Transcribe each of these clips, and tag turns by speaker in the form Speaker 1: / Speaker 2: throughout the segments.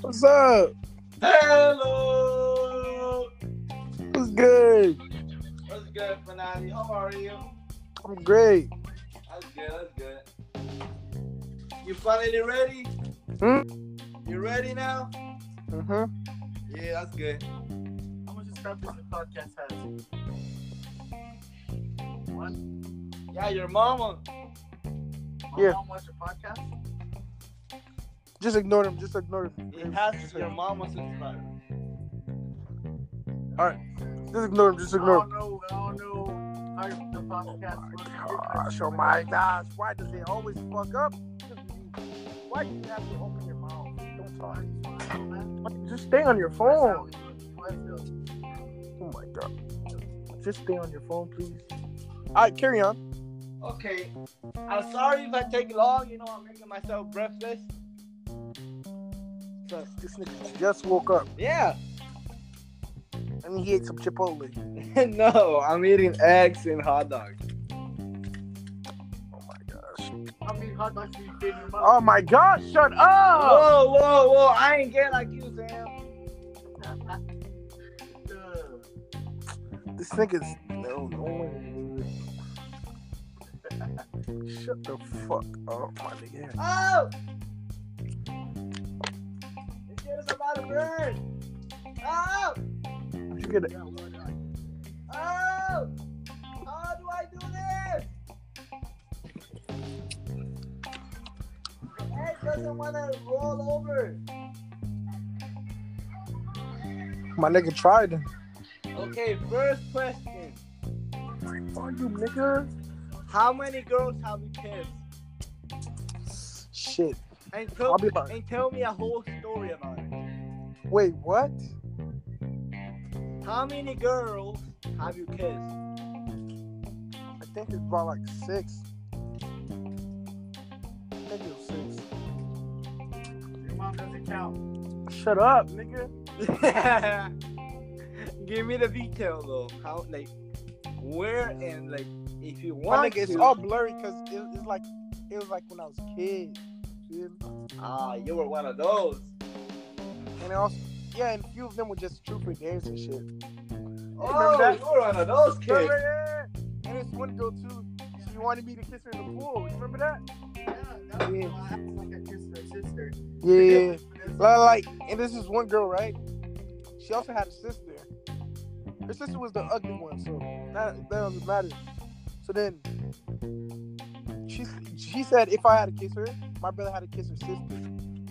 Speaker 1: What's up?
Speaker 2: Hello.
Speaker 1: What's good?
Speaker 2: What's good, Fanani? How are you?
Speaker 1: I'm great.
Speaker 2: That's good. That's good. You finally ready?
Speaker 1: Hmm?
Speaker 2: You ready now?
Speaker 1: Uh-huh.
Speaker 2: Yeah, that's good.
Speaker 3: How much subscribers the podcast has? One?
Speaker 2: Yeah, your mama.
Speaker 1: Yeah.
Speaker 3: How much a podcast?
Speaker 1: Just ignore them. Just ignore
Speaker 2: It
Speaker 1: them.
Speaker 2: has your mama subscriber.
Speaker 1: Just ignore them. Just
Speaker 3: I
Speaker 1: ignore
Speaker 3: don't know. I don't know. How the podcast
Speaker 1: them.
Speaker 3: looks.
Speaker 1: Gosh, oh my gosh. Why does it always fuck up? Why do you have to open your mouth? Don't
Speaker 3: I
Speaker 1: talk.
Speaker 3: just wanna know, man.
Speaker 1: Just stay on your
Speaker 3: That's
Speaker 1: phone.
Speaker 3: how it looks. What's up?
Speaker 1: Oh my god. Just stay on your phone, please. Alright, carry on.
Speaker 2: Okay. I'm sorry if I take long. You know, I'm making myself breathless. So,
Speaker 1: This nigga just woke up
Speaker 2: yeah.
Speaker 1: and he ate some Chipotle.
Speaker 2: no, I'm eating eggs and hot dogs.
Speaker 1: Oh my gosh.
Speaker 3: How many hot dogs do you feed your mom?
Speaker 1: Oh my gosh, shut up!
Speaker 2: Whoa, whoa, whoa. I ain't get like you, Sam.
Speaker 1: Oh.
Speaker 3: Ugh.
Speaker 1: This nigga's no, no one. Shut the fuck up, my nigga.
Speaker 2: Oh! This shit is about to burn. Oh!
Speaker 1: Did you get it?
Speaker 3: Yeah, what I-
Speaker 2: Oh! How do I do this? The egg doesn't want to roll over.
Speaker 1: My nigga tried. it.
Speaker 2: Okay, first question.
Speaker 1: Oh, you nigga.
Speaker 2: How many girls have you kissed?
Speaker 1: Shit.
Speaker 2: And tell,
Speaker 1: Probably about.
Speaker 2: and tell me a whole story about it.
Speaker 1: Wait, what?
Speaker 2: How many girls have you kissed?
Speaker 1: I think it's about like six. I think it was six.
Speaker 3: Your mom doesn't count.
Speaker 1: Shut up, nigga.
Speaker 2: Give me the detail though. How like where and like if you
Speaker 1: My
Speaker 2: want
Speaker 1: nigga, it's
Speaker 2: to.
Speaker 1: all blurry because it, it's like it was like when I was a kid. feel me?
Speaker 2: Ah, you were one of those.
Speaker 1: And I also, yeah, and a few of them were just trooper dares and shit.
Speaker 2: Oh,
Speaker 1: that?
Speaker 2: you were one of those
Speaker 1: Yeah,
Speaker 2: kids.
Speaker 1: yeah, yeah. And this one girl too, she wanted me to kiss her in the pool. You remember that?
Speaker 3: Yeah, that was why I act like I kissed her sister.
Speaker 1: Yeah.
Speaker 3: That's-
Speaker 1: Like, and this is one girl, right? She also had a sister. Her sister was the ugly one, so that, that doesn't matter. So then, she she said if I had to kiss her, my brother had to kiss her sister.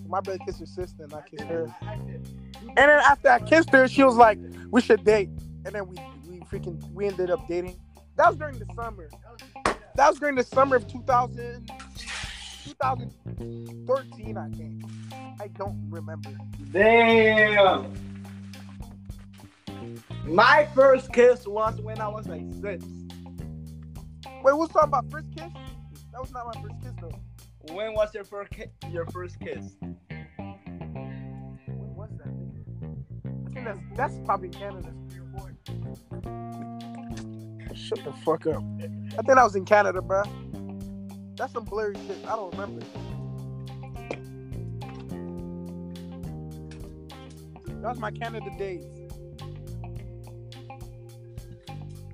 Speaker 1: My brother kissed her sister, and I
Speaker 3: I
Speaker 1: kissed
Speaker 3: did
Speaker 1: her.
Speaker 3: it. I acted.
Speaker 1: And then after I kissed her, she was like, "We should date." And then we we freaking we ended up dating. That was during the summer.
Speaker 3: That was-
Speaker 1: That was during the summer of 2000, 2013, I think. I don't remember.
Speaker 2: Damn. My first kiss was when I was like six.
Speaker 1: Wait, we was talking about first kiss? That was not my first kiss though.
Speaker 2: When was your first ki- your first kiss?
Speaker 1: When was that? I think that's that's probably Canada. Shut the fuck up. I think I was in Canada, bruh. That's some blurry shit. I don't remember. That was my Canada days.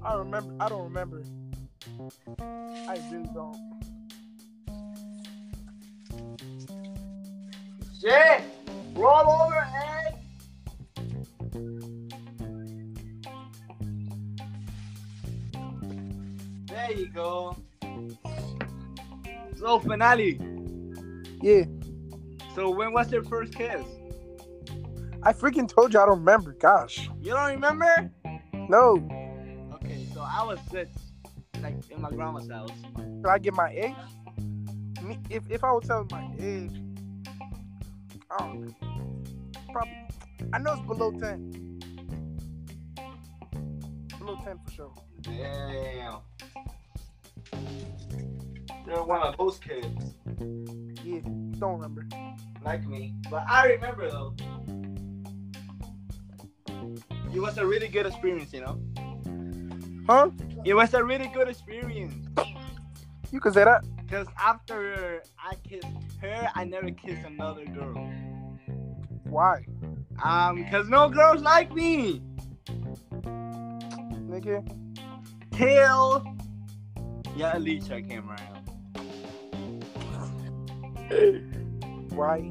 Speaker 1: I remember. I don't remember. I really don't.
Speaker 2: Shit! Roll over, egg. There you go. So finale.
Speaker 1: Yeah,
Speaker 2: So when was your first kiss?
Speaker 1: I freaking told you I don't remember. Gosh,
Speaker 2: You don't remember?
Speaker 1: no.
Speaker 2: Okay, so I was six, like in my grandma's house.
Speaker 1: Should I get my age? Me, if if I would tell my age, I don't know. Probably, I know it's below ten. Below ten for sure.
Speaker 2: Damn. You're one of those kids,
Speaker 1: Yeah, don't remember.
Speaker 2: like me. But I remember though. It was a really good experience, you know.
Speaker 1: Huh?
Speaker 2: It was a really good experience.
Speaker 1: You can say that.
Speaker 2: Cause after I kissed her, I never kissed another girl.
Speaker 1: Why,
Speaker 2: Um, cause no girls like me.
Speaker 1: nigga?
Speaker 2: Till yeah, Alicia came around.
Speaker 1: Why?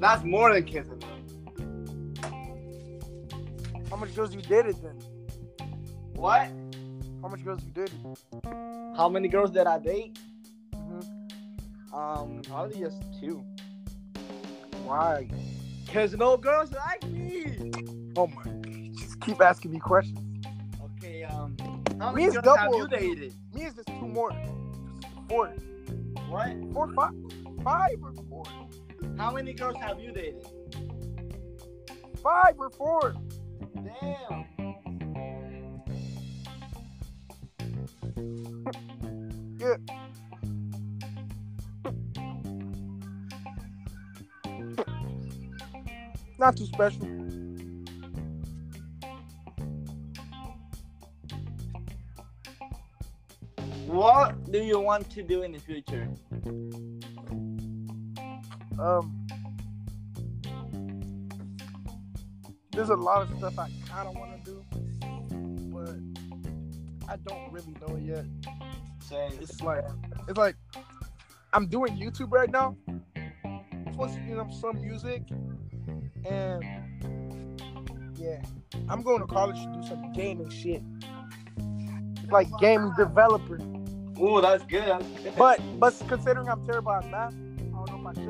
Speaker 2: That's more than kissing though.
Speaker 1: How much girls you dated then?
Speaker 2: What?
Speaker 1: How much girls you dated?
Speaker 2: How many girls did I date?
Speaker 1: Mhm.
Speaker 2: Um, probably just two.
Speaker 1: Why?
Speaker 2: Cause no girls like me.
Speaker 1: Oh my! Just keep asking me questions.
Speaker 2: Okay, um, how
Speaker 1: We
Speaker 2: many
Speaker 1: is
Speaker 2: girls have
Speaker 1: double.
Speaker 2: you dated?
Speaker 1: Me is just two more, four,
Speaker 2: What?
Speaker 1: four, five, five or four,
Speaker 2: How many girls have you dated?
Speaker 1: five or four.
Speaker 2: Damn.
Speaker 1: Not too special.
Speaker 2: What do you want to do in the future?
Speaker 1: Um, there's a lot of stuff I kind of want to do, but I don't really know yet.
Speaker 2: Say,
Speaker 1: It's like it's like I'm doing YouTube right now, posting up some music, and yeah, I'm going to college to do some gaming shit, like game developer.
Speaker 2: ooh, that's good. That's good.
Speaker 1: But but considering I'm terrible at math, I don't know if I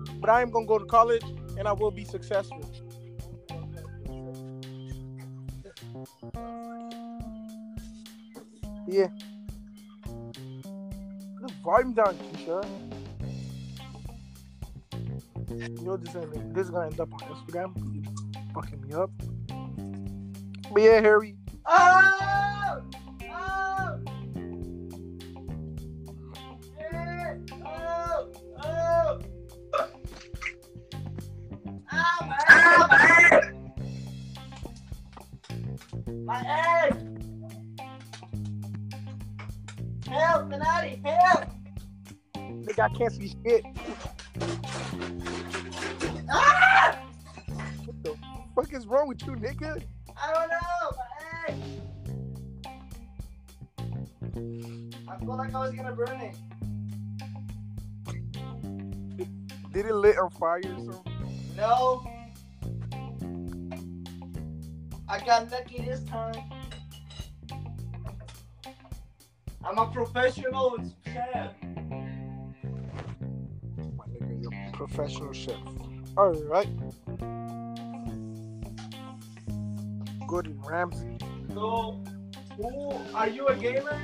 Speaker 1: should. But I am gonna go to college and I will be successful. Yeah. The volume down, Keisha. You know this ain't this is gonna end up on Instagram, fucking me up. But yeah, Harry.
Speaker 2: Oh! Oh! Yeah! Oh! Oh! Ow, my ass! My ass! Help, Benatti, help!
Speaker 1: Nigga, I can't see shit.
Speaker 2: Ah!
Speaker 1: What the fuck is wrong with you, nigga?
Speaker 2: I don't know, my ass! I feel like I was gonna burn it.
Speaker 1: Did it lit on fire or something?
Speaker 2: No. I got lucky this time. I'm a professional chef.
Speaker 1: My nigga, you're a professional chef. Alright. Gordon Ramsay.
Speaker 2: So, who are you a gamer?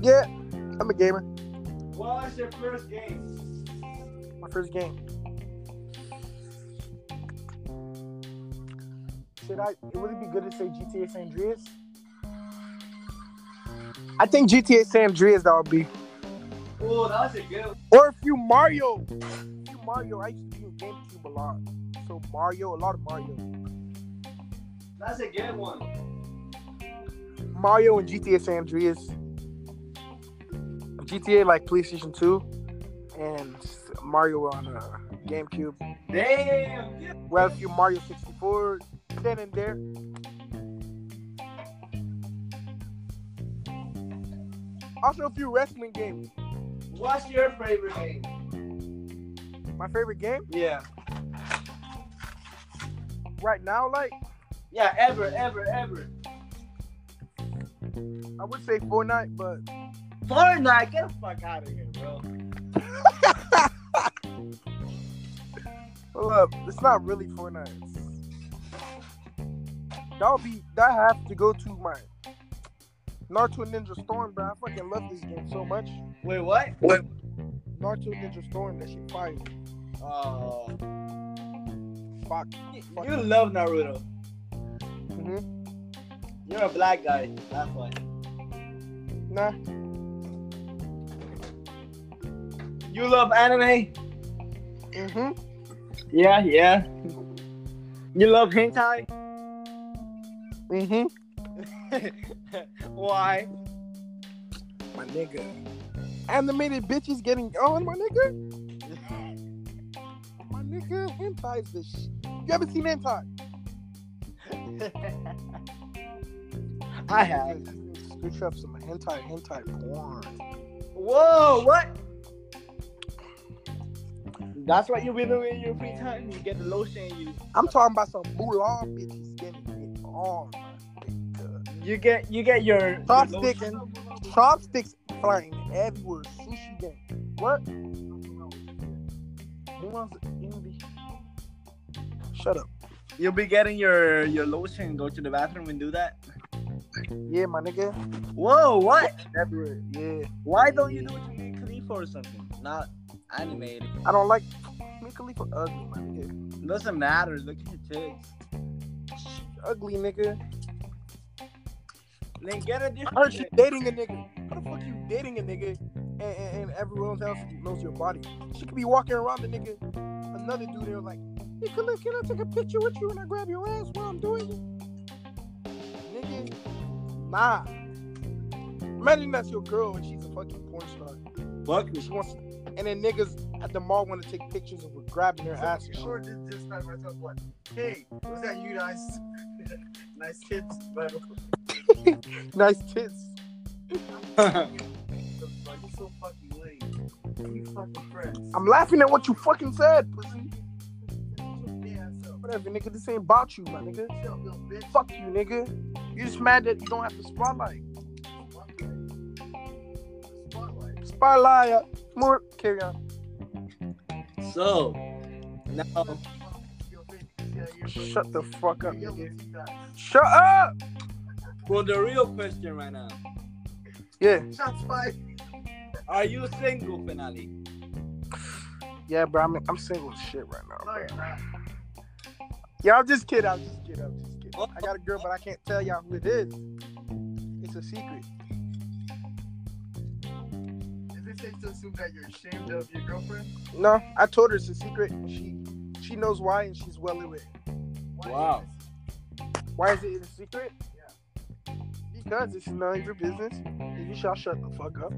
Speaker 1: Yeah, I'm a gamer.
Speaker 2: What was your first game?
Speaker 1: My first game. Should I it would it be good to say GTA San Andreas? I think GTA San Andreas that would be.
Speaker 2: Oh, that was a good one.
Speaker 1: Or if you Mario. If you Mario, I used to do GameCube a lot. So Mario, a lot of Mario.
Speaker 2: That's a good one.
Speaker 1: Mario and GTA San Andreas. GTA like PlayStation 2 and Mario on uh, GameCube.
Speaker 2: Damn. yeah.
Speaker 1: Well, a few Mario 64 then and there. Also, a few wrestling games.
Speaker 2: What's your favorite game?
Speaker 1: My favorite game
Speaker 2: Yeah.
Speaker 1: right now, like,
Speaker 2: Yeah, ever, ever, ever.
Speaker 1: I would say Fortnite, but
Speaker 2: Fortnite, get the fuck out of here, bro.
Speaker 1: hold up, it's not really Fortnite. That'll be, that have to go to my Naruto Ninja Storm, bro. I fucking love this game so much.
Speaker 2: Wait, what?
Speaker 1: Naruto Ninja Storm, that shit fire.
Speaker 2: Oh.
Speaker 1: Fuck.
Speaker 2: You love Naruto.
Speaker 1: Mhm.
Speaker 2: Mm-hmm. You're a black guy. That's why.
Speaker 1: Nah,
Speaker 2: You love anime?
Speaker 1: hmm
Speaker 2: Yeah, yeah. You love hentai?
Speaker 1: hmm
Speaker 2: Why?
Speaker 1: my nigga. Animated bitches getting on, my nigga. my nigga, hentai is the sh- You ever seen hentai?
Speaker 2: I have.
Speaker 1: Scooch up some hentai, hentai porn.
Speaker 2: Whoa, what? That's what you've been doing in your free time. You get the lotion. You
Speaker 1: I'm talking about some Mulan bitches getting it on. my nigga.
Speaker 2: you get you get your your
Speaker 1: Chopsticks,
Speaker 2: lotion.
Speaker 1: chopsticks flying everywhere. Sushi game. What? Who wants to- Shut up.
Speaker 2: You'll be getting your your lotion. Go to the bathroom and do that.
Speaker 1: Yeah, my nigga.
Speaker 2: Whoa, what?
Speaker 1: Everywhere. Yeah.
Speaker 2: Why don't you do it to me, Khalifa or something? Not animated.
Speaker 1: I don't like Mia Khalifa ugly, my nigga.
Speaker 2: Doesn't matter. Look at your tits.
Speaker 1: She ugly nigga.
Speaker 2: Then get a
Speaker 1: I heard
Speaker 2: different.
Speaker 1: she
Speaker 2: chick.
Speaker 1: dating a nigga. How the fuck you dating a nigga and, and, and everyone else knows your body? She could be walking around the nigga, another dude there like, Mia Khalifa, can I take a picture with you and I grab your ass while I'm doing it? Nigga, nah. Imagine that's your girl and she's a fucking porn star.
Speaker 2: Fuck me.
Speaker 1: She wants and then niggas at the mall want to take pictures of her grabbing her ass and shit.
Speaker 3: Sure, just just find myself like, hey, was that you guys? nice tips, but
Speaker 1: Nice tits.
Speaker 3: like, you're so fucking lame. You fucking friends.
Speaker 1: I'm laughing at what you fucking said, pussy.
Speaker 3: Yeah, so.
Speaker 1: Whatever, nigga. This ain't about you, my nigga.
Speaker 3: Shut up, little bitch.
Speaker 1: Fuck you, nigga. You just mad that you don't have the spotlight.
Speaker 3: Spotlight.
Speaker 1: Spotlight. More. Carry on.
Speaker 2: So now
Speaker 1: Shut the fuck up, nigga.
Speaker 3: Shut
Speaker 1: Shut up.
Speaker 2: for the real question right now.
Speaker 1: Yeah.
Speaker 3: fired.
Speaker 2: Are you single, finale?
Speaker 1: Yeah, bro. I'm, I'm single as shit right now.
Speaker 3: Sorry, uh,
Speaker 1: Bro.
Speaker 3: bro.
Speaker 1: Yeah, I'm just kidding. I'm just kidding. I'm just kidding. I got a girl, but I can't tell y'all who it is. It's a secret.
Speaker 3: Is it safe to assume that you're ashamed of your girlfriend?
Speaker 1: No, I told her it's a secret. and She she knows why, and she's well aware.
Speaker 3: Why
Speaker 2: Wow.
Speaker 1: Why is it a secret? Because it's none of your business, and you shall shut the fuck up,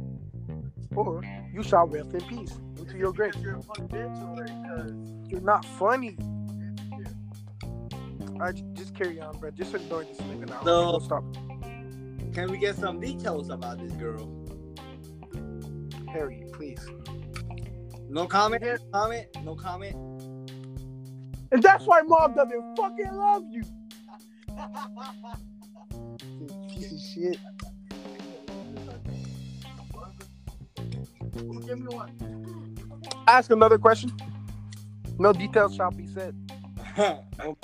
Speaker 1: or you shall rest in peace
Speaker 3: Is it
Speaker 1: into your grave.
Speaker 3: because You're a fuck bitch or because
Speaker 1: You're not funny.
Speaker 3: it's you?
Speaker 1: I j- just carry on, bro. Just ignore this nigga now.
Speaker 2: No.
Speaker 1: Don't stop.
Speaker 2: Can we get some details about this girl?
Speaker 1: Harry, please.
Speaker 2: No comment. No comment. No comment.
Speaker 1: And that's why mom doesn't fucking love you. Piece of shit.
Speaker 3: Well, give me one.
Speaker 1: Ask another question. No details shall be said.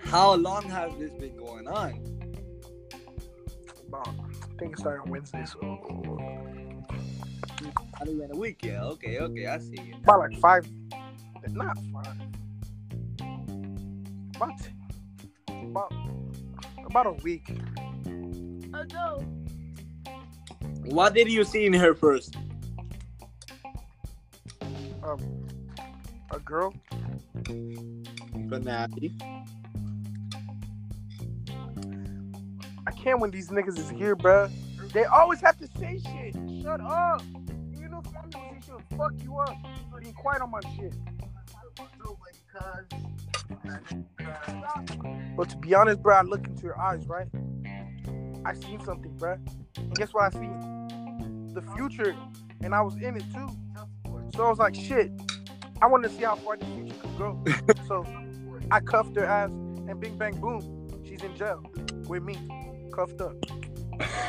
Speaker 2: How long has this been going on?
Speaker 1: Mom, I think it started Wednesday, so
Speaker 2: Not even a week. Yeah. Okay. Okay. I see it.
Speaker 1: about like five. Not five. About about about a week.
Speaker 2: What did you see in her first?
Speaker 1: Um, a girl.
Speaker 2: Finale.
Speaker 1: I can't when these niggas is here, bruh. They always have to say shit. Shut up. You know, if I'm gonna say shit, will fuck you up. Being quiet on my shit.
Speaker 3: No, because.
Speaker 1: But to be honest, bruh, I look into your eyes, right? I seen something, bruh. And guess what I seen? The future. And I was in it too. So I was like, shit, I want to see how far the future could go. so I cuffed her ass, and bing, bang, boom, she's in jail with me, cuffed up.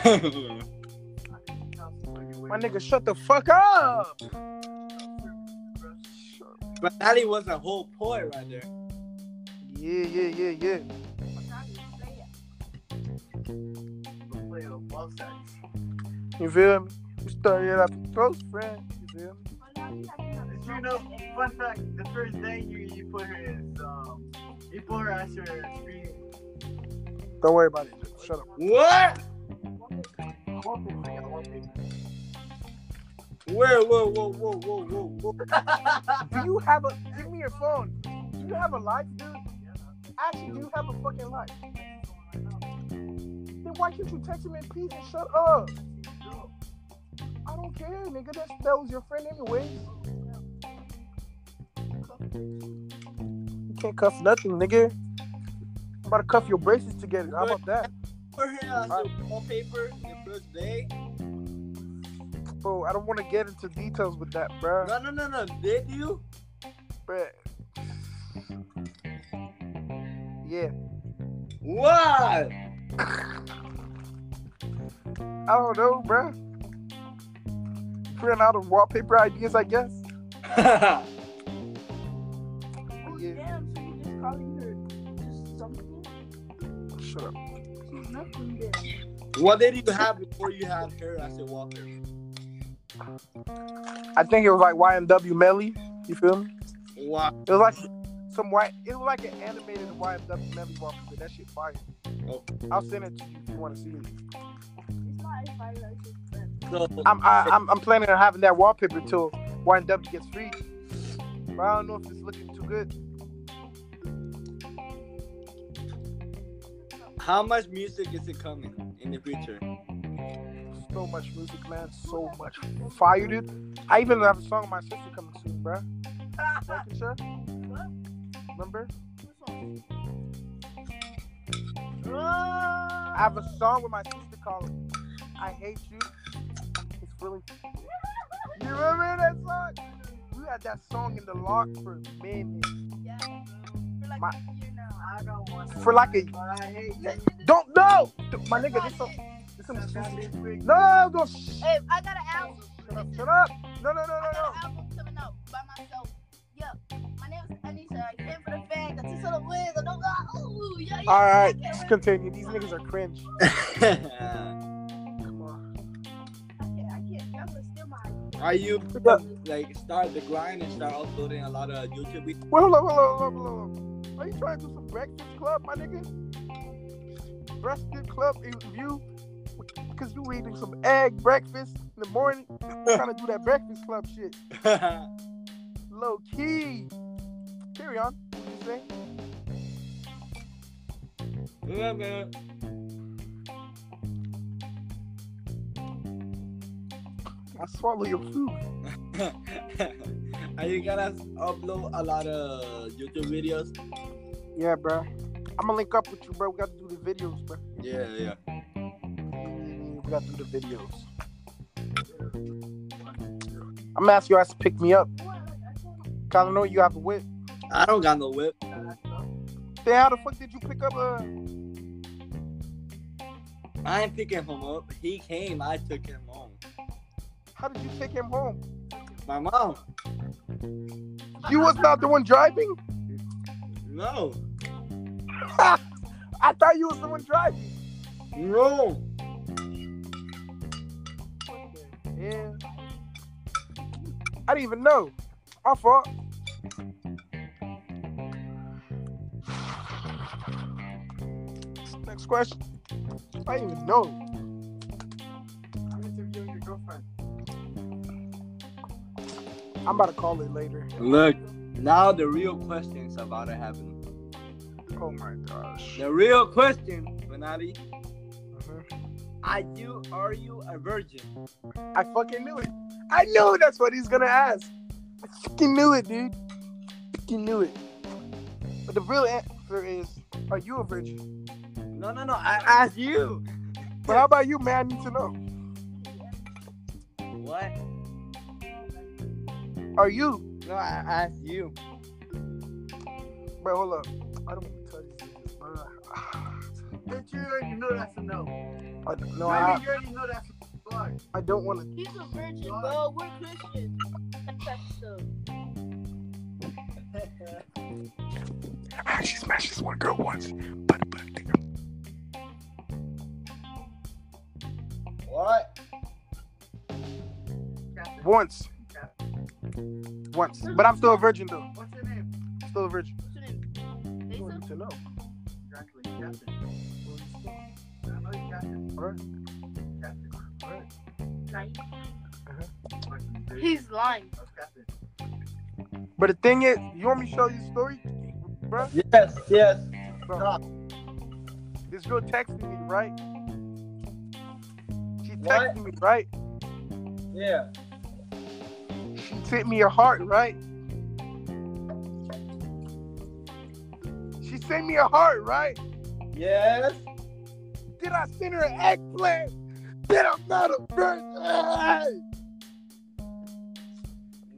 Speaker 1: My nigga, shut the fuck up.
Speaker 2: Finale was a whole point right there.
Speaker 1: Yeah, yeah, yeah, yeah. You feel me? We started up close friend. You feel me?
Speaker 3: Did you know, fun fact, the first day you, you put her is, um, you put her as your screen.
Speaker 1: Don't worry about it. Shut up.
Speaker 2: What?
Speaker 3: I want people, I want people.
Speaker 2: Where? Whoa! Whoa! Whoa! Whoa! Whoa! Whoa!
Speaker 1: Do you have a? Give me your phone. Do you have a life, dude? Actually, do you have a fucking life? Then why can't you text him in peace and shut up? I don't care, nigga. That's, that was your friend anyway. You can't cuff nothing, nigga. I'm about to cuff your braces together. How about that?
Speaker 2: For her on the wallpaper, the first day.
Speaker 1: Bro, I don't want to get into details with that, bro.
Speaker 2: No, no, no, no. Did you?
Speaker 1: But yeah,
Speaker 2: What?
Speaker 1: I don't know, bro. Print out of wallpaper ideas, I guess.
Speaker 4: Oh,
Speaker 1: Yeah.
Speaker 4: damn, so you're just calling her just something?
Speaker 1: Shut up.
Speaker 4: She's nothing there.
Speaker 2: what did you have before you had her as a wallpaper?
Speaker 1: I think it was like YMW Melly. You feel me?
Speaker 2: Wow.
Speaker 1: It was like some white. It was like an animated YMW Melly wallpaper. That shit fire.
Speaker 2: Oh.
Speaker 1: I'll send it to you if you want to see it.
Speaker 4: It's not as viral as your friend.
Speaker 2: So,
Speaker 1: I'm I, I'm, I'm planning on having that wallpaper till YMW gets free. But I don't know if it's looking too good.
Speaker 2: how much music is it coming in the future?
Speaker 1: So much music, man. So much fire, dude. I even have a song of my sister coming soon, bruh. Second sure. Remember? I have a song with my sister called I Hate You. It's really. You remember that song? We had that song in the lock for a minute.
Speaker 4: Yeah, bro. For like
Speaker 1: My-
Speaker 4: a year now.
Speaker 3: I don't want to.
Speaker 1: For like a-
Speaker 3: But I hate you.
Speaker 1: Don't know! My nigga, this song. This song
Speaker 3: That's not this freak.
Speaker 1: no, no, shh.
Speaker 4: Hey, I got an album.
Speaker 1: Shut up,
Speaker 4: Listen,
Speaker 1: shut up. No, no, no, no, no.
Speaker 4: I got an album coming out by myself. Yeah. My name is Anisha. I came for the fans. I took some wins. I don't got. Ooh, yeah, yeah.
Speaker 1: All right,
Speaker 4: I
Speaker 1: just
Speaker 4: can't wait.
Speaker 1: continue. These niggas are cringe. Come on.
Speaker 4: I can't. I can't. Y'all gonna steal my idea.
Speaker 2: Are you
Speaker 1: Yeah.
Speaker 2: like start the grind and start uploading a lot of YouTube videos?
Speaker 1: Wait, hold up, hold up, hold up, hold up. Are you trying to do some breakfast club, my nigga? Breakfast club view? Because you eating some egg breakfast in the morning. trying to do that breakfast club shit. Low key. Carry on. What you say? I swallow your food.
Speaker 2: Are you gonna upload a lot of YouTube videos?
Speaker 1: Yeah, bro. I'm gonna link up with you, bro. We gotta do the videos, bro.
Speaker 2: Yeah, yeah.
Speaker 1: We gotta do the videos. I'm gonna ask you guys to pick me up.
Speaker 4: What? I can't.
Speaker 1: Cause I know you have a whip.
Speaker 2: I don't got no whip.
Speaker 1: Then how the fuck did you pick up uh, a?
Speaker 2: I ain't picking him up. He came. I took him home.
Speaker 1: How did you take him home?
Speaker 2: My mom.
Speaker 1: You was not the one driving.
Speaker 2: No.
Speaker 1: I thought you was the one driving.
Speaker 2: No.
Speaker 1: Yeah. I didn't even know. Our fault. Next question. I didn't even know.
Speaker 3: I'm interviewing your girlfriend.
Speaker 1: I'm about to call it later.
Speaker 2: Look. Now the real question's about to happen.
Speaker 1: Oh my gosh.
Speaker 2: The real question, Venati, Uh-huh.
Speaker 1: Mhm.
Speaker 2: are you are you a virgin?
Speaker 1: I fucking knew it. I knew that's what he's gonna ask. I fucking knew it, dude. Fucking knew it. But the real answer is, are you a virgin?
Speaker 2: No, no, no. I asked you.
Speaker 1: But how about you, man? I need to know.
Speaker 2: What?
Speaker 1: Are you?
Speaker 2: No, I asked you.
Speaker 1: Bro, hold up. I don't want to tell you this, bro.
Speaker 3: Bitch, you already know that's a no.
Speaker 1: I, no,
Speaker 3: Maybe
Speaker 1: I,
Speaker 3: you already know that's a fuck.
Speaker 1: I don't want to.
Speaker 4: He's a virgin, bro. We're Christians. That's that stuff.
Speaker 1: I actually Ah, smashed this one girl once. But, but,
Speaker 2: What?
Speaker 1: once. Once. But I'm still a virgin, though.
Speaker 3: What's your name?
Speaker 1: Still a virgin.
Speaker 4: What's your name?
Speaker 1: I
Speaker 4: Lisa?
Speaker 1: need to know.
Speaker 3: Exactly, Captain. I know you Captain.
Speaker 1: Alright.
Speaker 3: Captain.
Speaker 1: Alright.
Speaker 4: Naive.
Speaker 3: Fucking bitch.
Speaker 4: He's lying.
Speaker 3: That's Captain.
Speaker 1: But the thing is, you want me to show you a story, bro?
Speaker 2: Yes, yes.
Speaker 1: Bro, this girl texted me, right? texted me, right?
Speaker 2: Yeah.
Speaker 1: She sent me a heart, right? She sent me a heart, right?
Speaker 2: Yes.
Speaker 1: Did I send her an eggplant? Then I'm not a virgin.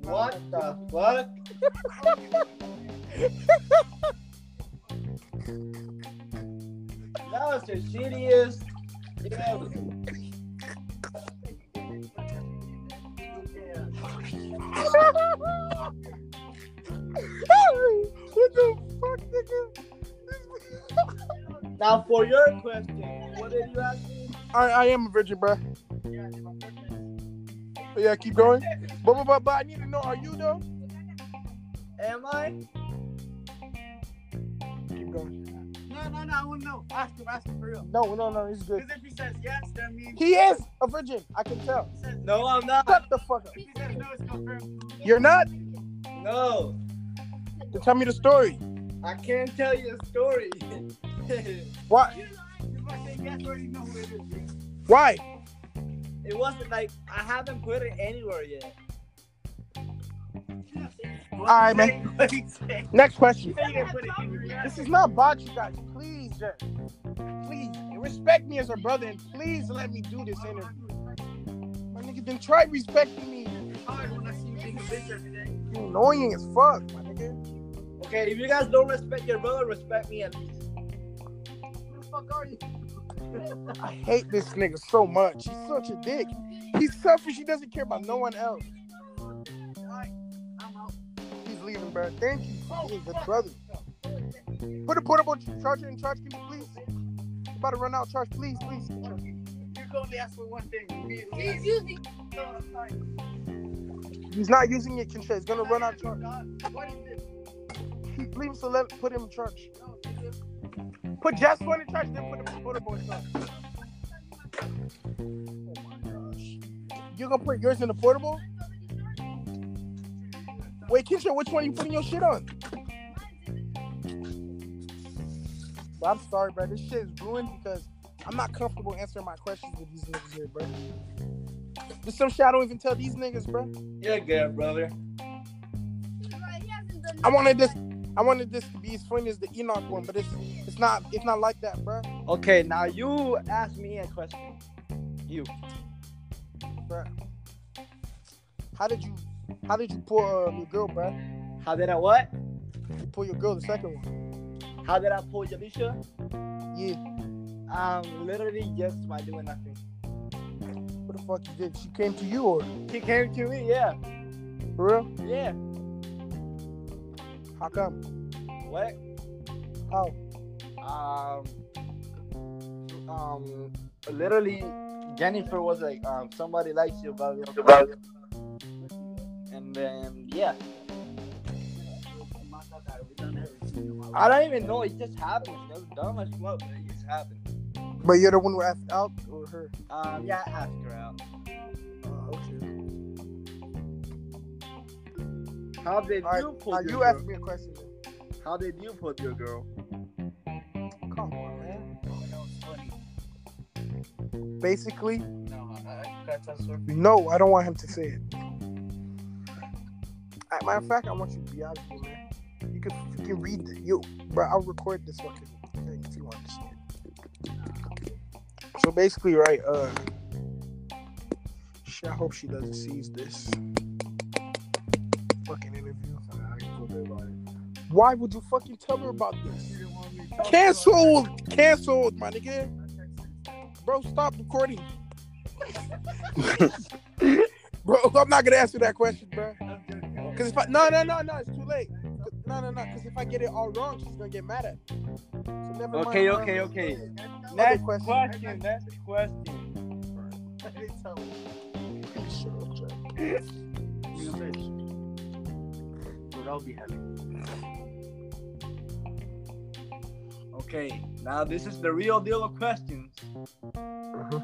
Speaker 2: What the fuck? that was the shittiest. thing ever.
Speaker 1: what the fuck, nigga?
Speaker 2: Now for your question, what did you ask me?
Speaker 1: I, I am a virgin, bruh. But yeah, keep going. But, but, but, but I need to know, are you though?
Speaker 2: Am I?
Speaker 1: Keep going.
Speaker 3: No, no, no, I want to know. Ask him, ask him for real.
Speaker 1: No, no, no, he's good.
Speaker 3: Because if he says yes, that means
Speaker 1: He is a virgin. I can tell.
Speaker 3: he says,
Speaker 2: No, I'm not.
Speaker 1: Shut the fuck up.
Speaker 3: If he says no, it's confirmed.
Speaker 1: You're not?
Speaker 2: No,
Speaker 1: Then tell me the story.
Speaker 2: I can't tell you a story.
Speaker 1: Why?
Speaker 3: You lying. If I say yes, already know who it is. G.
Speaker 1: Why?
Speaker 2: it wasn't like I haven't put it anywhere yet.
Speaker 3: All
Speaker 1: right, man. Next question.
Speaker 3: Say you didn't put it in your
Speaker 1: This
Speaker 3: yes.
Speaker 1: is not about you guys. Please, Jer. Please respect me as a brother, and please let me do this interview. My nigga, then try respecting me.
Speaker 3: It's hard when I see you being a bitch every day.
Speaker 1: You annoying as fuck, my nigga.
Speaker 2: Okay, if you guys don't respect your brother, respect me at least.
Speaker 3: Who the fuck are you?
Speaker 1: I hate this nigga so much. He's such a dick. He's selfish. He doesn't care about no one else.
Speaker 3: All right, I'm out.
Speaker 1: He's leaving, bro. Thank you for being a good brother. Put a portable charger in charge, can you please? I'm about to run out of charge, please, please.
Speaker 3: You can only ask for one thing. Immediately.
Speaker 4: He's using
Speaker 3: No, I'm sorry.
Speaker 1: He's not using it, Kinshay. It's gonna run out of charge.
Speaker 3: What is this?
Speaker 1: Leave him, so let put him in charge.
Speaker 3: No, this is-
Speaker 1: Put just one in charge, then put a portable in charge. Oh my gosh. You're gonna put yours in the portable? Wait, Kinshay, which one are you putting your shit on? Bro, I'm sorry, bro. This shit is ruined because I'm not comfortable answering my questions with these niggas here, bro. There's some shit I don't even tell these niggas, bro.
Speaker 2: You're good, brother.
Speaker 1: I wanted this. I wanted this to be as funny as the Enoch one, but it's it's not it's not like that, bro.
Speaker 2: Okay, now you ask me a question. You.
Speaker 1: How did you how did you pull uh, your girl, bro?
Speaker 2: How did I what?
Speaker 1: You pull your girl the second one.
Speaker 2: How did I pull Yalisha?
Speaker 1: Yeah.
Speaker 2: Um, literally just by doing nothing.
Speaker 1: What the fuck you did? She came to you or
Speaker 2: She came to me, yeah,
Speaker 1: for real?
Speaker 2: yeah.
Speaker 1: How come?
Speaker 2: What?
Speaker 1: How?
Speaker 2: Um, um, literally, Jennifer was like, um, somebody likes you, blah, blah, blah. And then, yeah. I don't even know. It just happened. That was dumb as fuck, but it just happened.
Speaker 1: But you're the one who asked out or her?
Speaker 2: Um, yeah, ask her out.
Speaker 1: Uh, okay.
Speaker 2: How did
Speaker 1: All right,
Speaker 2: you pull
Speaker 1: Now
Speaker 2: your
Speaker 1: you
Speaker 2: girl?
Speaker 1: asked me a question. Then.
Speaker 2: How did you pull your girl?
Speaker 1: Come on, man.
Speaker 3: Oh, that was funny.
Speaker 1: Basically,
Speaker 3: No, I, I got that sort
Speaker 1: no. I don't want him to say it. As matter of fact, I want you to be honest, with me, man. You can you can read the you, bro. I'll record this fucking thing if you want to see it. So basically, right? Uh, shit, I hope she doesn't seize this fucking interview. Why would you fucking tell her about this? Cancelled, cancelled, my nigga. Bro, stop recording. bro, I'm not gonna answer that question, bro. Cause if I no no no no, it's too late. No no no, cause if I get it all wrong, she's gonna get mad at. Me. So never
Speaker 2: Okay,
Speaker 1: mind,
Speaker 2: okay,
Speaker 1: bro.
Speaker 2: okay.
Speaker 1: Other
Speaker 2: Next
Speaker 1: question.
Speaker 2: question. Next question. Okay, now this is the real deal of questions. Uh-huh.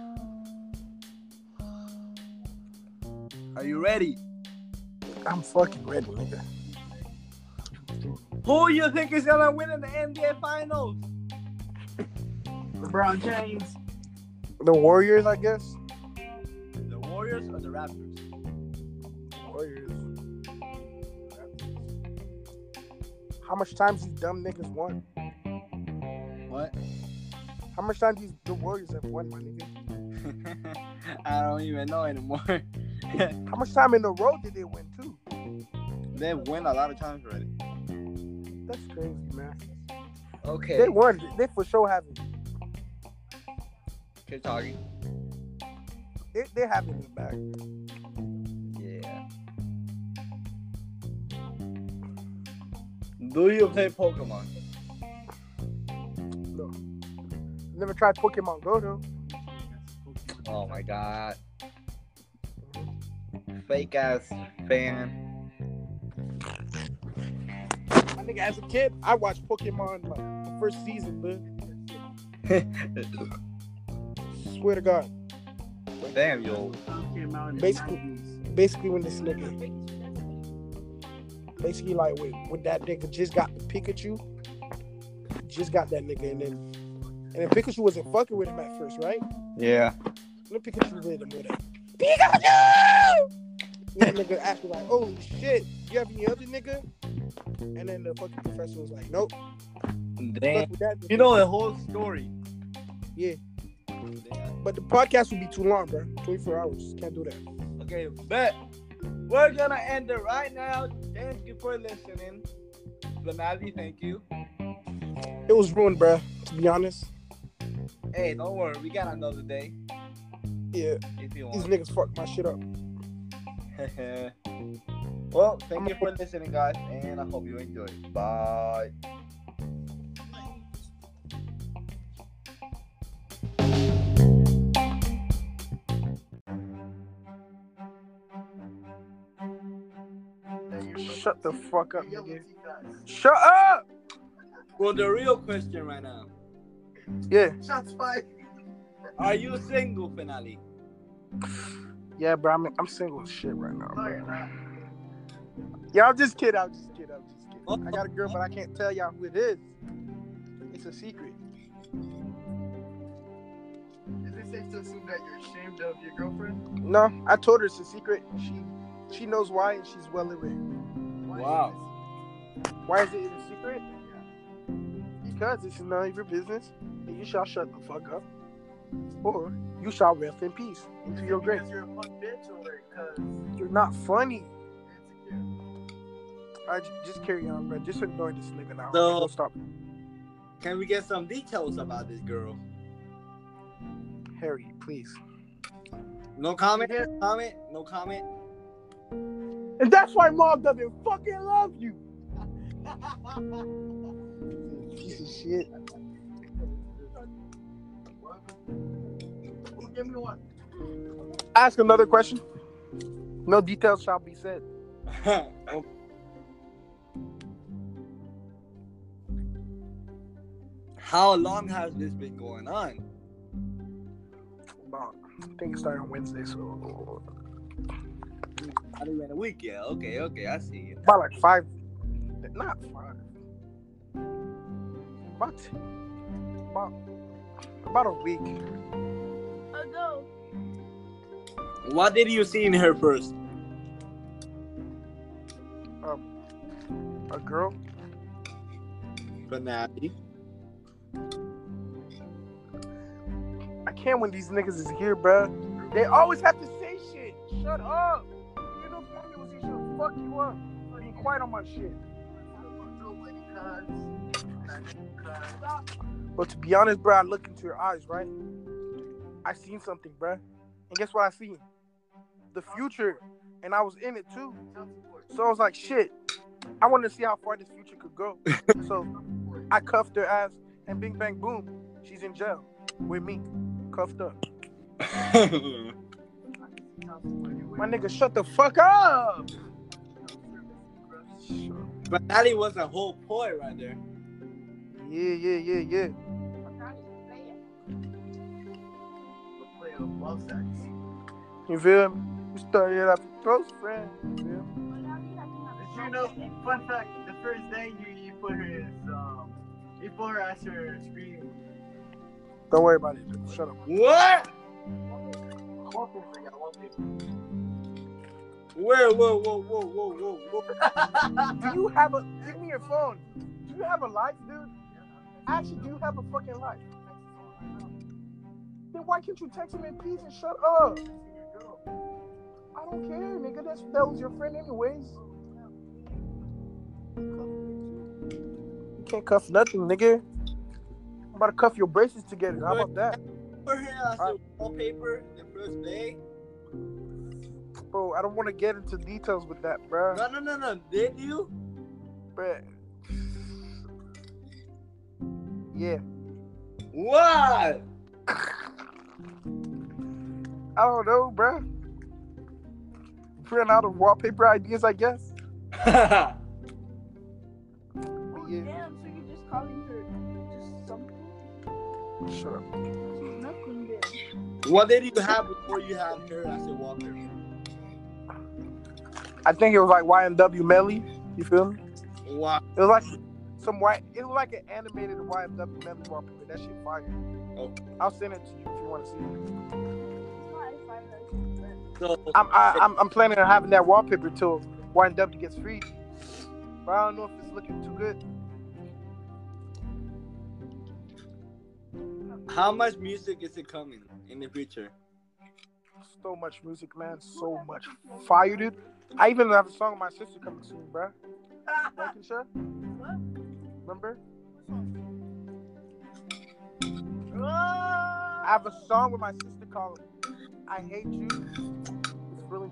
Speaker 2: Are you ready?
Speaker 1: I'm fucking ready, nigga.
Speaker 2: Who you think is gonna win in the NBA Finals?
Speaker 3: LeBron James.
Speaker 1: The Warriors, I guess.
Speaker 2: Warriors or the Raptors?
Speaker 1: Warriors. How much times these dumb niggas won?
Speaker 2: What?
Speaker 1: How much time these the Warriors have won, my nigga?
Speaker 2: I don't even know anymore.
Speaker 1: How much time in a row did they win too?
Speaker 2: they win a lot of times already.
Speaker 1: That's crazy, man.
Speaker 2: Okay.
Speaker 1: They won. They for sure have it.
Speaker 2: Keep talking.
Speaker 1: They they have it in the back.
Speaker 2: Yeah. Do you play Pokemon?
Speaker 1: Never tried Pokemon Go though.
Speaker 2: Oh my god. Fake ass fan.
Speaker 1: My nigga, as a kid, I watched Pokemon like first season, but swear to God,
Speaker 2: Damn, yo.
Speaker 3: Came out in the
Speaker 1: Basically.
Speaker 3: 90s.
Speaker 1: basically when this nigga, basically like when, when that nigga just got the Pikachu, just got that nigga, and then and then Pikachu wasn't fucking with him at first, right?
Speaker 2: Yeah.
Speaker 1: Then Pikachu did him with it. Pikachu! And that nigga acted like, holy shit, you have any other nigga? And then the fucking professor was like, nope.
Speaker 2: Damn.
Speaker 1: Fuck with that nigga.
Speaker 2: You know the whole story.
Speaker 1: Yeah.
Speaker 2: Damn.
Speaker 1: But the podcast would be too long, bro. 24 hours. Can't do that.
Speaker 2: Okay, bet. We're gonna end it right now. Thank you for listening. Lanavi, thank you.
Speaker 1: It was ruined, bro, to be honest.
Speaker 2: Hey, don't worry, we got another day
Speaker 1: Yeah,
Speaker 2: if you
Speaker 1: these
Speaker 2: want.
Speaker 1: niggas fucked my shit up.
Speaker 2: well, thank you for listening, guys, and I hope you enjoyed. Bye.
Speaker 1: Shut the fuck up,
Speaker 3: Yellow
Speaker 1: nigga.
Speaker 3: teeth eyes.
Speaker 1: Shut up!
Speaker 2: Well, the real question right now:
Speaker 1: Yeah,
Speaker 3: Shots fired.
Speaker 2: Are you single, finale?
Speaker 1: yeah, bro. I'm, I'm single as shit right now.
Speaker 3: No,
Speaker 1: Bro.
Speaker 3: you're not.
Speaker 1: Yeah, I'm just kidding. I'm just kidding. I'm just kidding. I got a girl, but I can't tell y'all who it is. It's a secret.
Speaker 3: Is it safe to assume that you're ashamed of your girlfriend?
Speaker 1: No, I told her it's a secret. She she knows why, and she's well aware.
Speaker 3: Why
Speaker 2: Wow.
Speaker 1: Why is it a secret? Because it's none of your business, and you shall shut the fuck up, or you shall rest in peace
Speaker 3: Is
Speaker 1: into
Speaker 3: it
Speaker 1: your grave.
Speaker 3: Because you're a fuck bitch or because
Speaker 1: You're not funny.
Speaker 3: you're insecure?
Speaker 1: I j- just carry on, bro. Just ignore this nigga now.
Speaker 2: No.
Speaker 1: Don't stop,
Speaker 2: Can we get some details about this girl?
Speaker 1: Harry, please.
Speaker 2: No comment. Comment. No comment.
Speaker 1: And that's why mom doesn't fucking love you. Piece of shit.
Speaker 3: What? Well, give me one.
Speaker 1: Ask another question. No details shall be said.
Speaker 2: How long has this been going on?
Speaker 1: No, I think it started on Wednesday, so
Speaker 2: Not even a week. Yeah. Okay. Okay. I see you.
Speaker 1: about like five, not five, about about about a week.
Speaker 4: Ago,
Speaker 2: What did you see in her first?
Speaker 1: A girl,
Speaker 2: Finale.
Speaker 1: I can't when these niggas is here, bruh. They always have to say shit. Shut up. You know, formulas, you should fuck you up. Be quiet on my shit. But to be honest, bro, I look into your eyes, right? I seen something, bro. And guess what I seen? The future. And I was in it too. So I was like, shit, I wanted to see how far this future could go. so I cuffed her ass and bing bang boom. She's in jail with me. Cuffed up. My nigga, shut the fuck up.
Speaker 2: Finale was a whole point right there.
Speaker 1: Yeah, yeah, yeah, yeah. You feel me? We started off close friends. You feel me?
Speaker 3: Did you know, fun fact, the first day you, you put her is, um, you put her as your screen.
Speaker 1: Don't worry about it. Shut up.
Speaker 2: What?
Speaker 3: One thing, I got one thing.
Speaker 1: Where? Whoa, whoa, whoa, whoa, whoa, whoa. do you have a? Give me your phone. Do you have a life, dude? Actually, do you have a fucking life? Then why can't you text him in peace and shut up? I don't care, nigga. That's that was your friend anyways. You can't cuff nothing, nigga. I'm about to cuff your braces together. How about that?
Speaker 2: For her, I said wallpaper the first day.
Speaker 1: Bro, I don't want to get into details with that, bruh.
Speaker 2: No, no, no, no. Did you?
Speaker 1: But yeah,
Speaker 2: What?
Speaker 1: I don't know, bruh. Ran out of wallpaper ideas, I guess.
Speaker 4: Oh,
Speaker 1: Yeah.
Speaker 4: Damn, so you're just calling her just something?
Speaker 1: Shut up.
Speaker 4: She's nothing then.
Speaker 2: what did you have before you had her as a wallpaper?
Speaker 1: I think it was like YMW Melly. You feel me?
Speaker 2: Wow.
Speaker 1: It was like some white. It was like an animated YMW Melly wallpaper. That shit fire.
Speaker 2: Oh.
Speaker 1: I'll send it to you if you want to see it.
Speaker 4: It's not if I know she's friends.
Speaker 2: So
Speaker 1: I'm I, I'm, I'm planning on having that wallpaper till YMW gets free. But I don't know if it's looking too good.
Speaker 2: how much music is it coming in the future?
Speaker 1: So much music, man. So much fire, dude. I even have a song of my sister coming soon, bruh. Duncan Shore,
Speaker 4: What?
Speaker 1: remember?
Speaker 4: Which one? Oh,
Speaker 1: I have a song with my sister called I Hate You. It's really.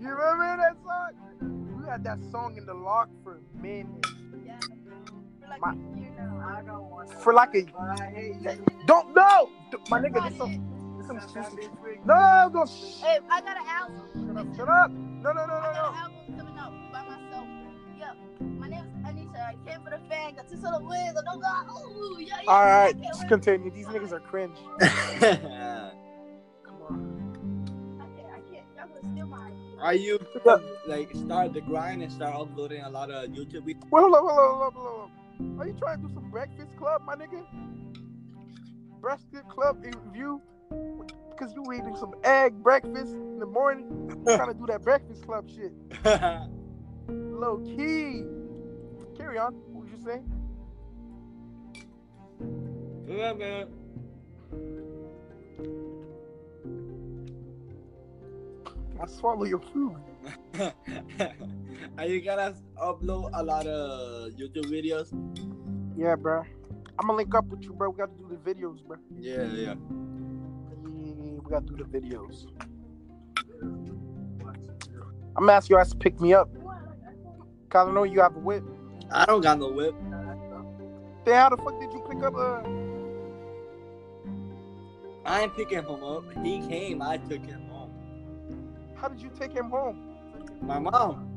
Speaker 1: You remember that song? We had that song in the lock for a minute.
Speaker 4: yeah. For like
Speaker 1: My-
Speaker 4: a year now.
Speaker 3: I don't want
Speaker 1: For like a.
Speaker 3: But I hate you.
Speaker 1: Don't know! My nigga,
Speaker 4: Got
Speaker 1: this some.
Speaker 4: it.
Speaker 1: This some juicy.
Speaker 3: Sometimes
Speaker 1: No, no, shh.
Speaker 4: Hey, I got an album.
Speaker 1: Shut up,
Speaker 4: Listen,
Speaker 1: shut up. No, no, no,
Speaker 4: I
Speaker 1: no,
Speaker 4: got
Speaker 1: no.
Speaker 4: an album coming out by myself. Yep. My name is Anisha. I came for the fans. Got two solo wins. I don't got. Ooh, yeah, yeah.
Speaker 1: All right,
Speaker 4: I can't
Speaker 1: just
Speaker 4: wait.
Speaker 1: continue. These niggas are cringe. Come on.
Speaker 4: I can't. I can't. Y'all gonna steal my.
Speaker 2: Are you
Speaker 1: Yeah.
Speaker 2: like start the grind and start uploading a lot of YouTube? videos?
Speaker 1: Wait, hold up, hold up, hold up, hold up. Are you trying to do some Breakfast Club, my nigga? Breakfast Club in view? Because you eating some egg breakfast in the morning. trying to do that Breakfast Club shit. Low key. Carry on. What was you saying?
Speaker 2: Yeah, man.
Speaker 1: I swallow your food.
Speaker 2: Are you gonna upload a lot of YouTube videos?
Speaker 1: Yeah, bro. I'm gonna link up with you, bro. We got to do the videos, bro.
Speaker 2: Yeah, yeah.
Speaker 1: We got to do the videos. I'm gonna ask your ass to pick me up. Cause I know you have a whip.
Speaker 2: I don't got no whip.
Speaker 1: Then how the fuck did you pick up uh
Speaker 2: I ain't picking him up. He came. I took him home.
Speaker 1: how did you take him home?
Speaker 2: My mom.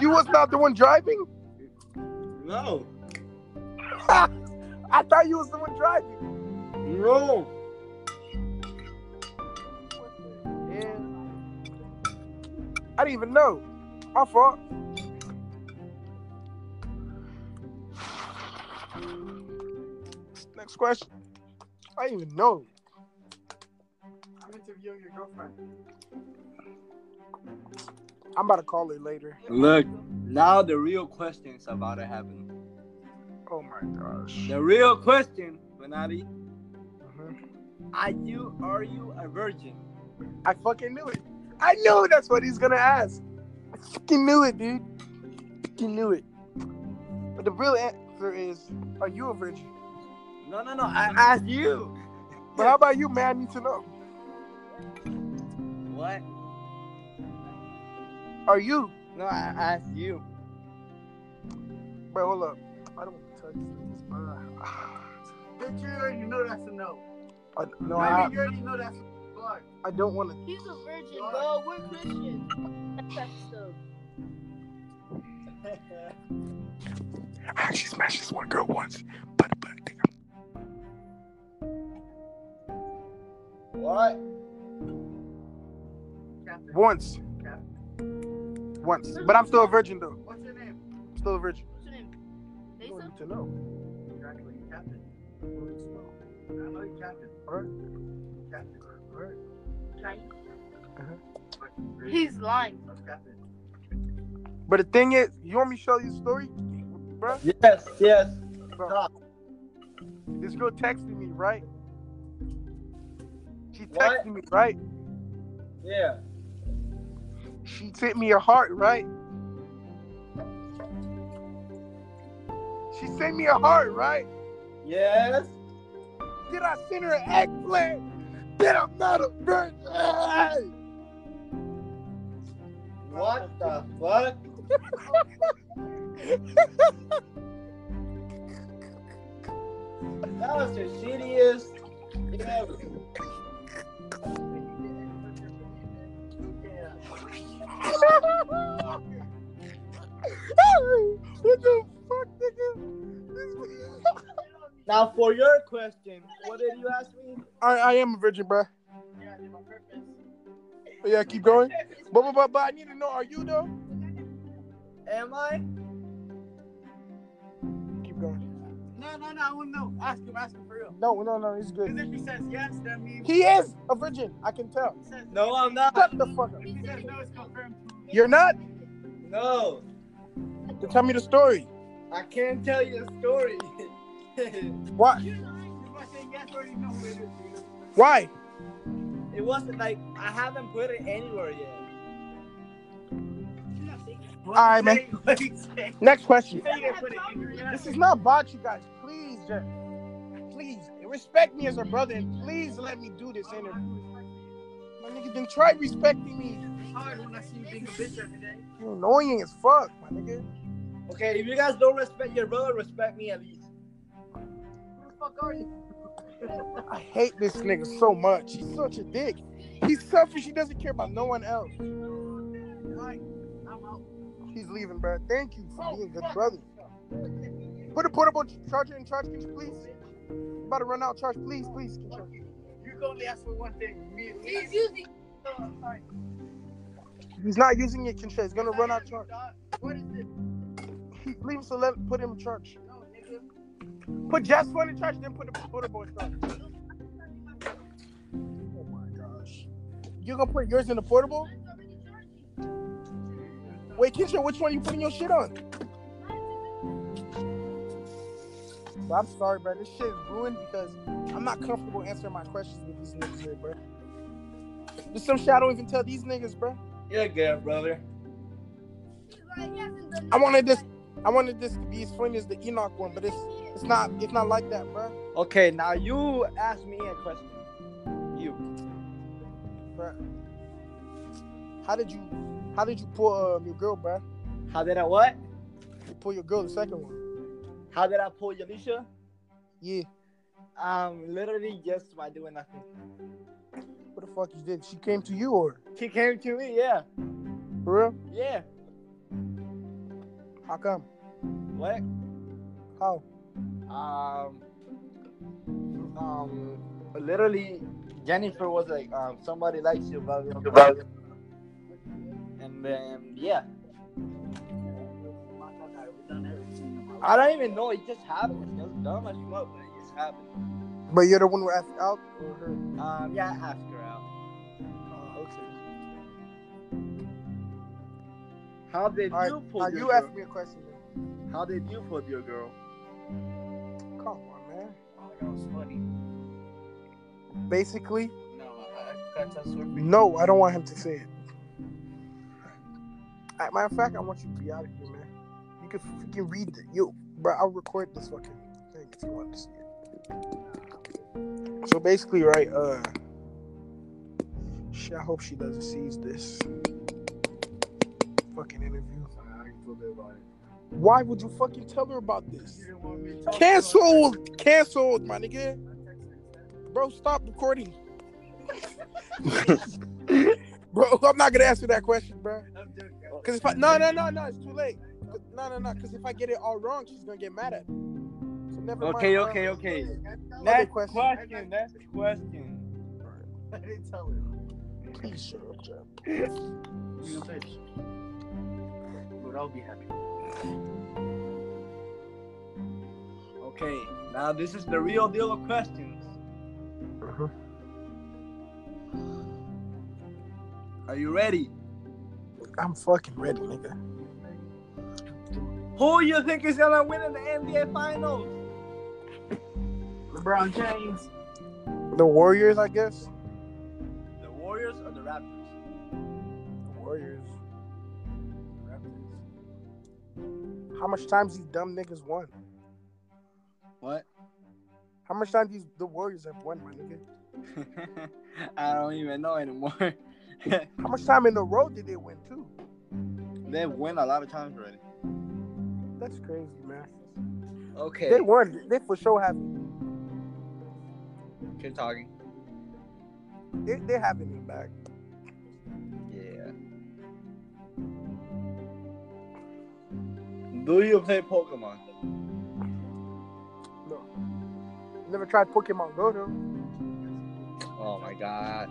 Speaker 1: You was not the one driving?
Speaker 2: No.
Speaker 1: I thought you was the one driving.
Speaker 2: No.
Speaker 1: Yeah. I didn't even know. My fault. Next question. I didn't even know.
Speaker 3: I'm interviewing your girlfriend.
Speaker 1: I'm about to call her later.
Speaker 2: Look, now the real question's about to happen.
Speaker 1: Oh my gosh.
Speaker 2: The real question, Benati, Uh-huh.
Speaker 1: Mhm.
Speaker 2: are you are you a virgin?
Speaker 1: I fucking knew it. I knew that's what he's gonna ask. I fucking knew it, dude. Fucking knew it. But the real answer is, are you a virgin?
Speaker 2: No, no, no. I asked you.
Speaker 1: But how about you, man? I need to know.
Speaker 2: What?
Speaker 1: Are you?
Speaker 2: No, I asked you.
Speaker 1: Bro, hold up. I don't want to touch this, bro.
Speaker 3: Bitch, you already know that's a no.
Speaker 1: I, no,
Speaker 3: Maybe
Speaker 1: I,
Speaker 3: you already know that's a fuck.
Speaker 1: I don't want to.
Speaker 4: He's a virgin, bro. We're Christian. That type of stuff.
Speaker 1: I actually smashed this one girl once, but but I think
Speaker 2: What?
Speaker 3: Captain.
Speaker 1: I'm- once, once. But I'm still a virgin though.
Speaker 3: What's your name?
Speaker 1: I'm still a virgin.
Speaker 4: What's your name?
Speaker 1: I
Speaker 4: Lisa?
Speaker 1: don't need to know.
Speaker 3: Exactly, Captain.
Speaker 1: I don't need to know.
Speaker 3: I know you Captain.
Speaker 1: Alright.
Speaker 3: Captain.
Speaker 1: Alright.
Speaker 4: right? He's lying.
Speaker 1: But the thing is, you want me to show you the story, bro?
Speaker 2: Yes, yes.
Speaker 1: bro? This girl texted me, right? She
Speaker 2: What?
Speaker 1: texted me, right?
Speaker 2: Yeah.
Speaker 1: She sent me a heart, right? She sent me a heart, right?
Speaker 2: Yes.
Speaker 1: Did I send her an eggplant? Then I'm not a virgin.
Speaker 2: What the fuck? that was the shittiest thing ever.
Speaker 1: what the fuck, nigga?
Speaker 2: Now for your question, what did you ask me?
Speaker 1: I, I am a virgin, bro. But yeah, keep going. But, but, but, but I need to know, are you though?
Speaker 2: Am I?
Speaker 1: Keep going.
Speaker 3: No, no, no, I wouldn't know. Ask him, ask him for real.
Speaker 1: No, no, no, it's
Speaker 3: Because
Speaker 1: good.
Speaker 3: if he says yes, that means
Speaker 1: He is a virgin. I can tell.
Speaker 3: He says
Speaker 2: No, I'm not.
Speaker 1: Shut the fuck up.
Speaker 3: If he says no, it's confirmed.
Speaker 1: You're not?
Speaker 2: No,
Speaker 1: Then tell me the story.
Speaker 2: I can't tell you the story.
Speaker 1: Why?
Speaker 3: You're lying. If I say yes, already know who it is. you know?
Speaker 1: Why?
Speaker 2: it wasn't like I haven't put it anywhere yet.
Speaker 3: All
Speaker 1: right, man. Next question.
Speaker 3: Say you put it in your yes.
Speaker 1: This is not about you guys. Please, just, please respect me as a brother, and please let me do this interview. My nigga, then try respecting me.
Speaker 3: hard when I see you being a bitch every day.
Speaker 1: You're annoying as fuck, my nigga.
Speaker 2: Okay, if you guys don't respect your brother, respect me at least.
Speaker 3: Who the fuck are you?
Speaker 1: I hate this nigga so much. He's such a dick. He's selfish. He doesn't care about no one else.
Speaker 3: Alright, I'm out.
Speaker 1: He's leaving, bro. Thank you for being a good brother. Put a portable charger in charge, can you please? About to run out of charge, please, please. Can you-
Speaker 3: You can only ask for one thing. Me, me.
Speaker 4: He's using.
Speaker 3: Alright.
Speaker 1: He's not using it, Kinsha. He's gonna run out of charge.
Speaker 3: What is this?
Speaker 1: He- Leave him so let put him in charge.
Speaker 3: No, nigga.
Speaker 1: Put just one in charge, then put the portable in charge. Oh my gosh. You're gonna put yours in the portable? Wait, Kinsha, which one you putting your shit on? Bro, I'm sorry, bro. This shit is ruined because I'm not comfortable answering my questions with these niggas here, bro. There's some shit I don't even tell these niggas, bro.
Speaker 2: You're good, brother.
Speaker 1: I wanted this- I wanted this to be as funny as the Enoch one, but it's it's not it's not like that, bro.
Speaker 2: Okay, now you ask me a question. You.
Speaker 1: Bro, how did you how did you pull um, your girl, bro?
Speaker 2: How did I what?
Speaker 1: You pull your girl, the second one.
Speaker 2: How did I pull Yalisha?
Speaker 1: Yeah,
Speaker 2: Um, literally just by doing nothing.
Speaker 1: what the fuck you did? She came to you or
Speaker 2: She came to me, yeah,
Speaker 1: for real?
Speaker 2: yeah.
Speaker 1: How come?
Speaker 2: What?
Speaker 1: How?
Speaker 2: Um, um, literally, Jennifer was like, um, somebody likes you, blah, blah, blah. And then yeah, I don't even know. It just happened. It's just dumb as fuck, but it just happened.
Speaker 1: But you're the one who asked out or her?
Speaker 2: Um, yeah, I asked her out.
Speaker 1: Oh, okay.
Speaker 2: How did
Speaker 1: All right,
Speaker 2: you pull
Speaker 1: now
Speaker 2: your
Speaker 1: you
Speaker 2: girl?
Speaker 1: asked me a question. Man.
Speaker 2: How did you pull your girl?
Speaker 1: Come on, man.
Speaker 3: Oh, that was funny.
Speaker 1: Basically,
Speaker 3: No, I I got to swear.
Speaker 1: no, I don't want him to say it. As matter of fact, I want you to be out of here, man. You can freaking read it. Yo, bro, I'll record this fucking thing if you want to see it. So basically, right, uh, shit, I hope she doesn't seize this fucking interview. Why would you fucking tell her about this? Canceled! Canceled, my nigga. Bro, stop recording. bro, I'm not gonna answer that question, bro. Cause if I no no no no, it's too late. No no no, cause if I get it all wrong, she's gonna get mad at me. So never mind,
Speaker 2: Okay,
Speaker 1: bro.
Speaker 2: okay, okay.
Speaker 1: Other
Speaker 2: Next
Speaker 1: question.
Speaker 2: question. Next question.
Speaker 3: I didn't tell her.
Speaker 1: Please shut up, Jeff.
Speaker 3: You bitch. But I'll be happy.
Speaker 2: Okay, now this Uh-huh. is the real deal of questions. Are you ready?
Speaker 1: I'm fucking ready, nigga.
Speaker 2: Who you think is gonna win in the NBA Finals?
Speaker 3: LeBron James.
Speaker 1: The Warriors, I guess.
Speaker 2: The Warriors or the Raptors?
Speaker 1: Warriors. How much times these dumb niggas won?
Speaker 2: What?
Speaker 1: How much times these the Warriors have won, my nigga?
Speaker 2: I don't even know anymore.
Speaker 1: How much time in a row did they win too?
Speaker 2: they win a lot of times already.
Speaker 1: That's crazy, man.
Speaker 2: Okay.
Speaker 1: They won. They for sure have.
Speaker 2: Keep talking.
Speaker 1: They, they having it back.
Speaker 2: Yeah. Do you play Pokemon?
Speaker 1: Never tried Pokemon Go though.
Speaker 2: Oh my god.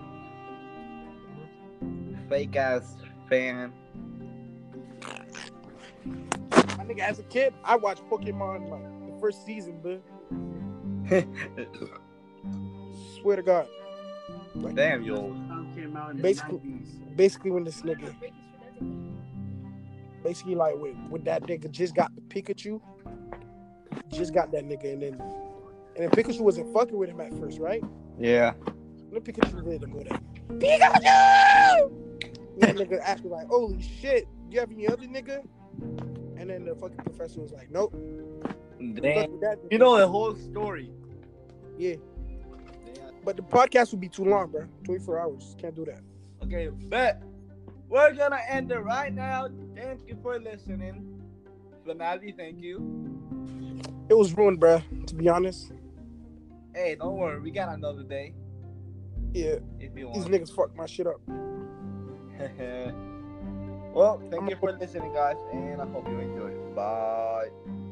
Speaker 2: Fake ass fan.
Speaker 1: My nigga, as a kid, I watched Pokemon like the first season, but swear to God,
Speaker 2: Damn, you old.
Speaker 3: Um, Came out in
Speaker 1: Basically-
Speaker 3: the 90s.
Speaker 1: basically when this nigga, basically like when, when that nigga just got the Pikachu, just got that nigga, and then and then Pikachu wasn't fucking with him at first, right?
Speaker 2: Yeah.
Speaker 1: Let Pikachu did him with that. Pikachu! And that nigga acted like, holy shit, you have any other nigga? And then the fucking professor was like, nope. fuck
Speaker 2: Damn.
Speaker 1: with that
Speaker 2: You know the whole story.
Speaker 1: Yeah. But the podcast would be too long, bro. 24 hours. Can't do that.
Speaker 2: Okay, but we're gonna end it right now. Thank you for listening. Finale, thank you.
Speaker 1: It was ruined, bro, to be honest.
Speaker 2: Hey, don't worry, we got another day
Speaker 1: Yeah,
Speaker 2: if you
Speaker 1: these
Speaker 2: want.
Speaker 1: niggas fucked my shit up.
Speaker 2: Oh, well, thank you for listening, guys, and I hope you enjoyed. Bye.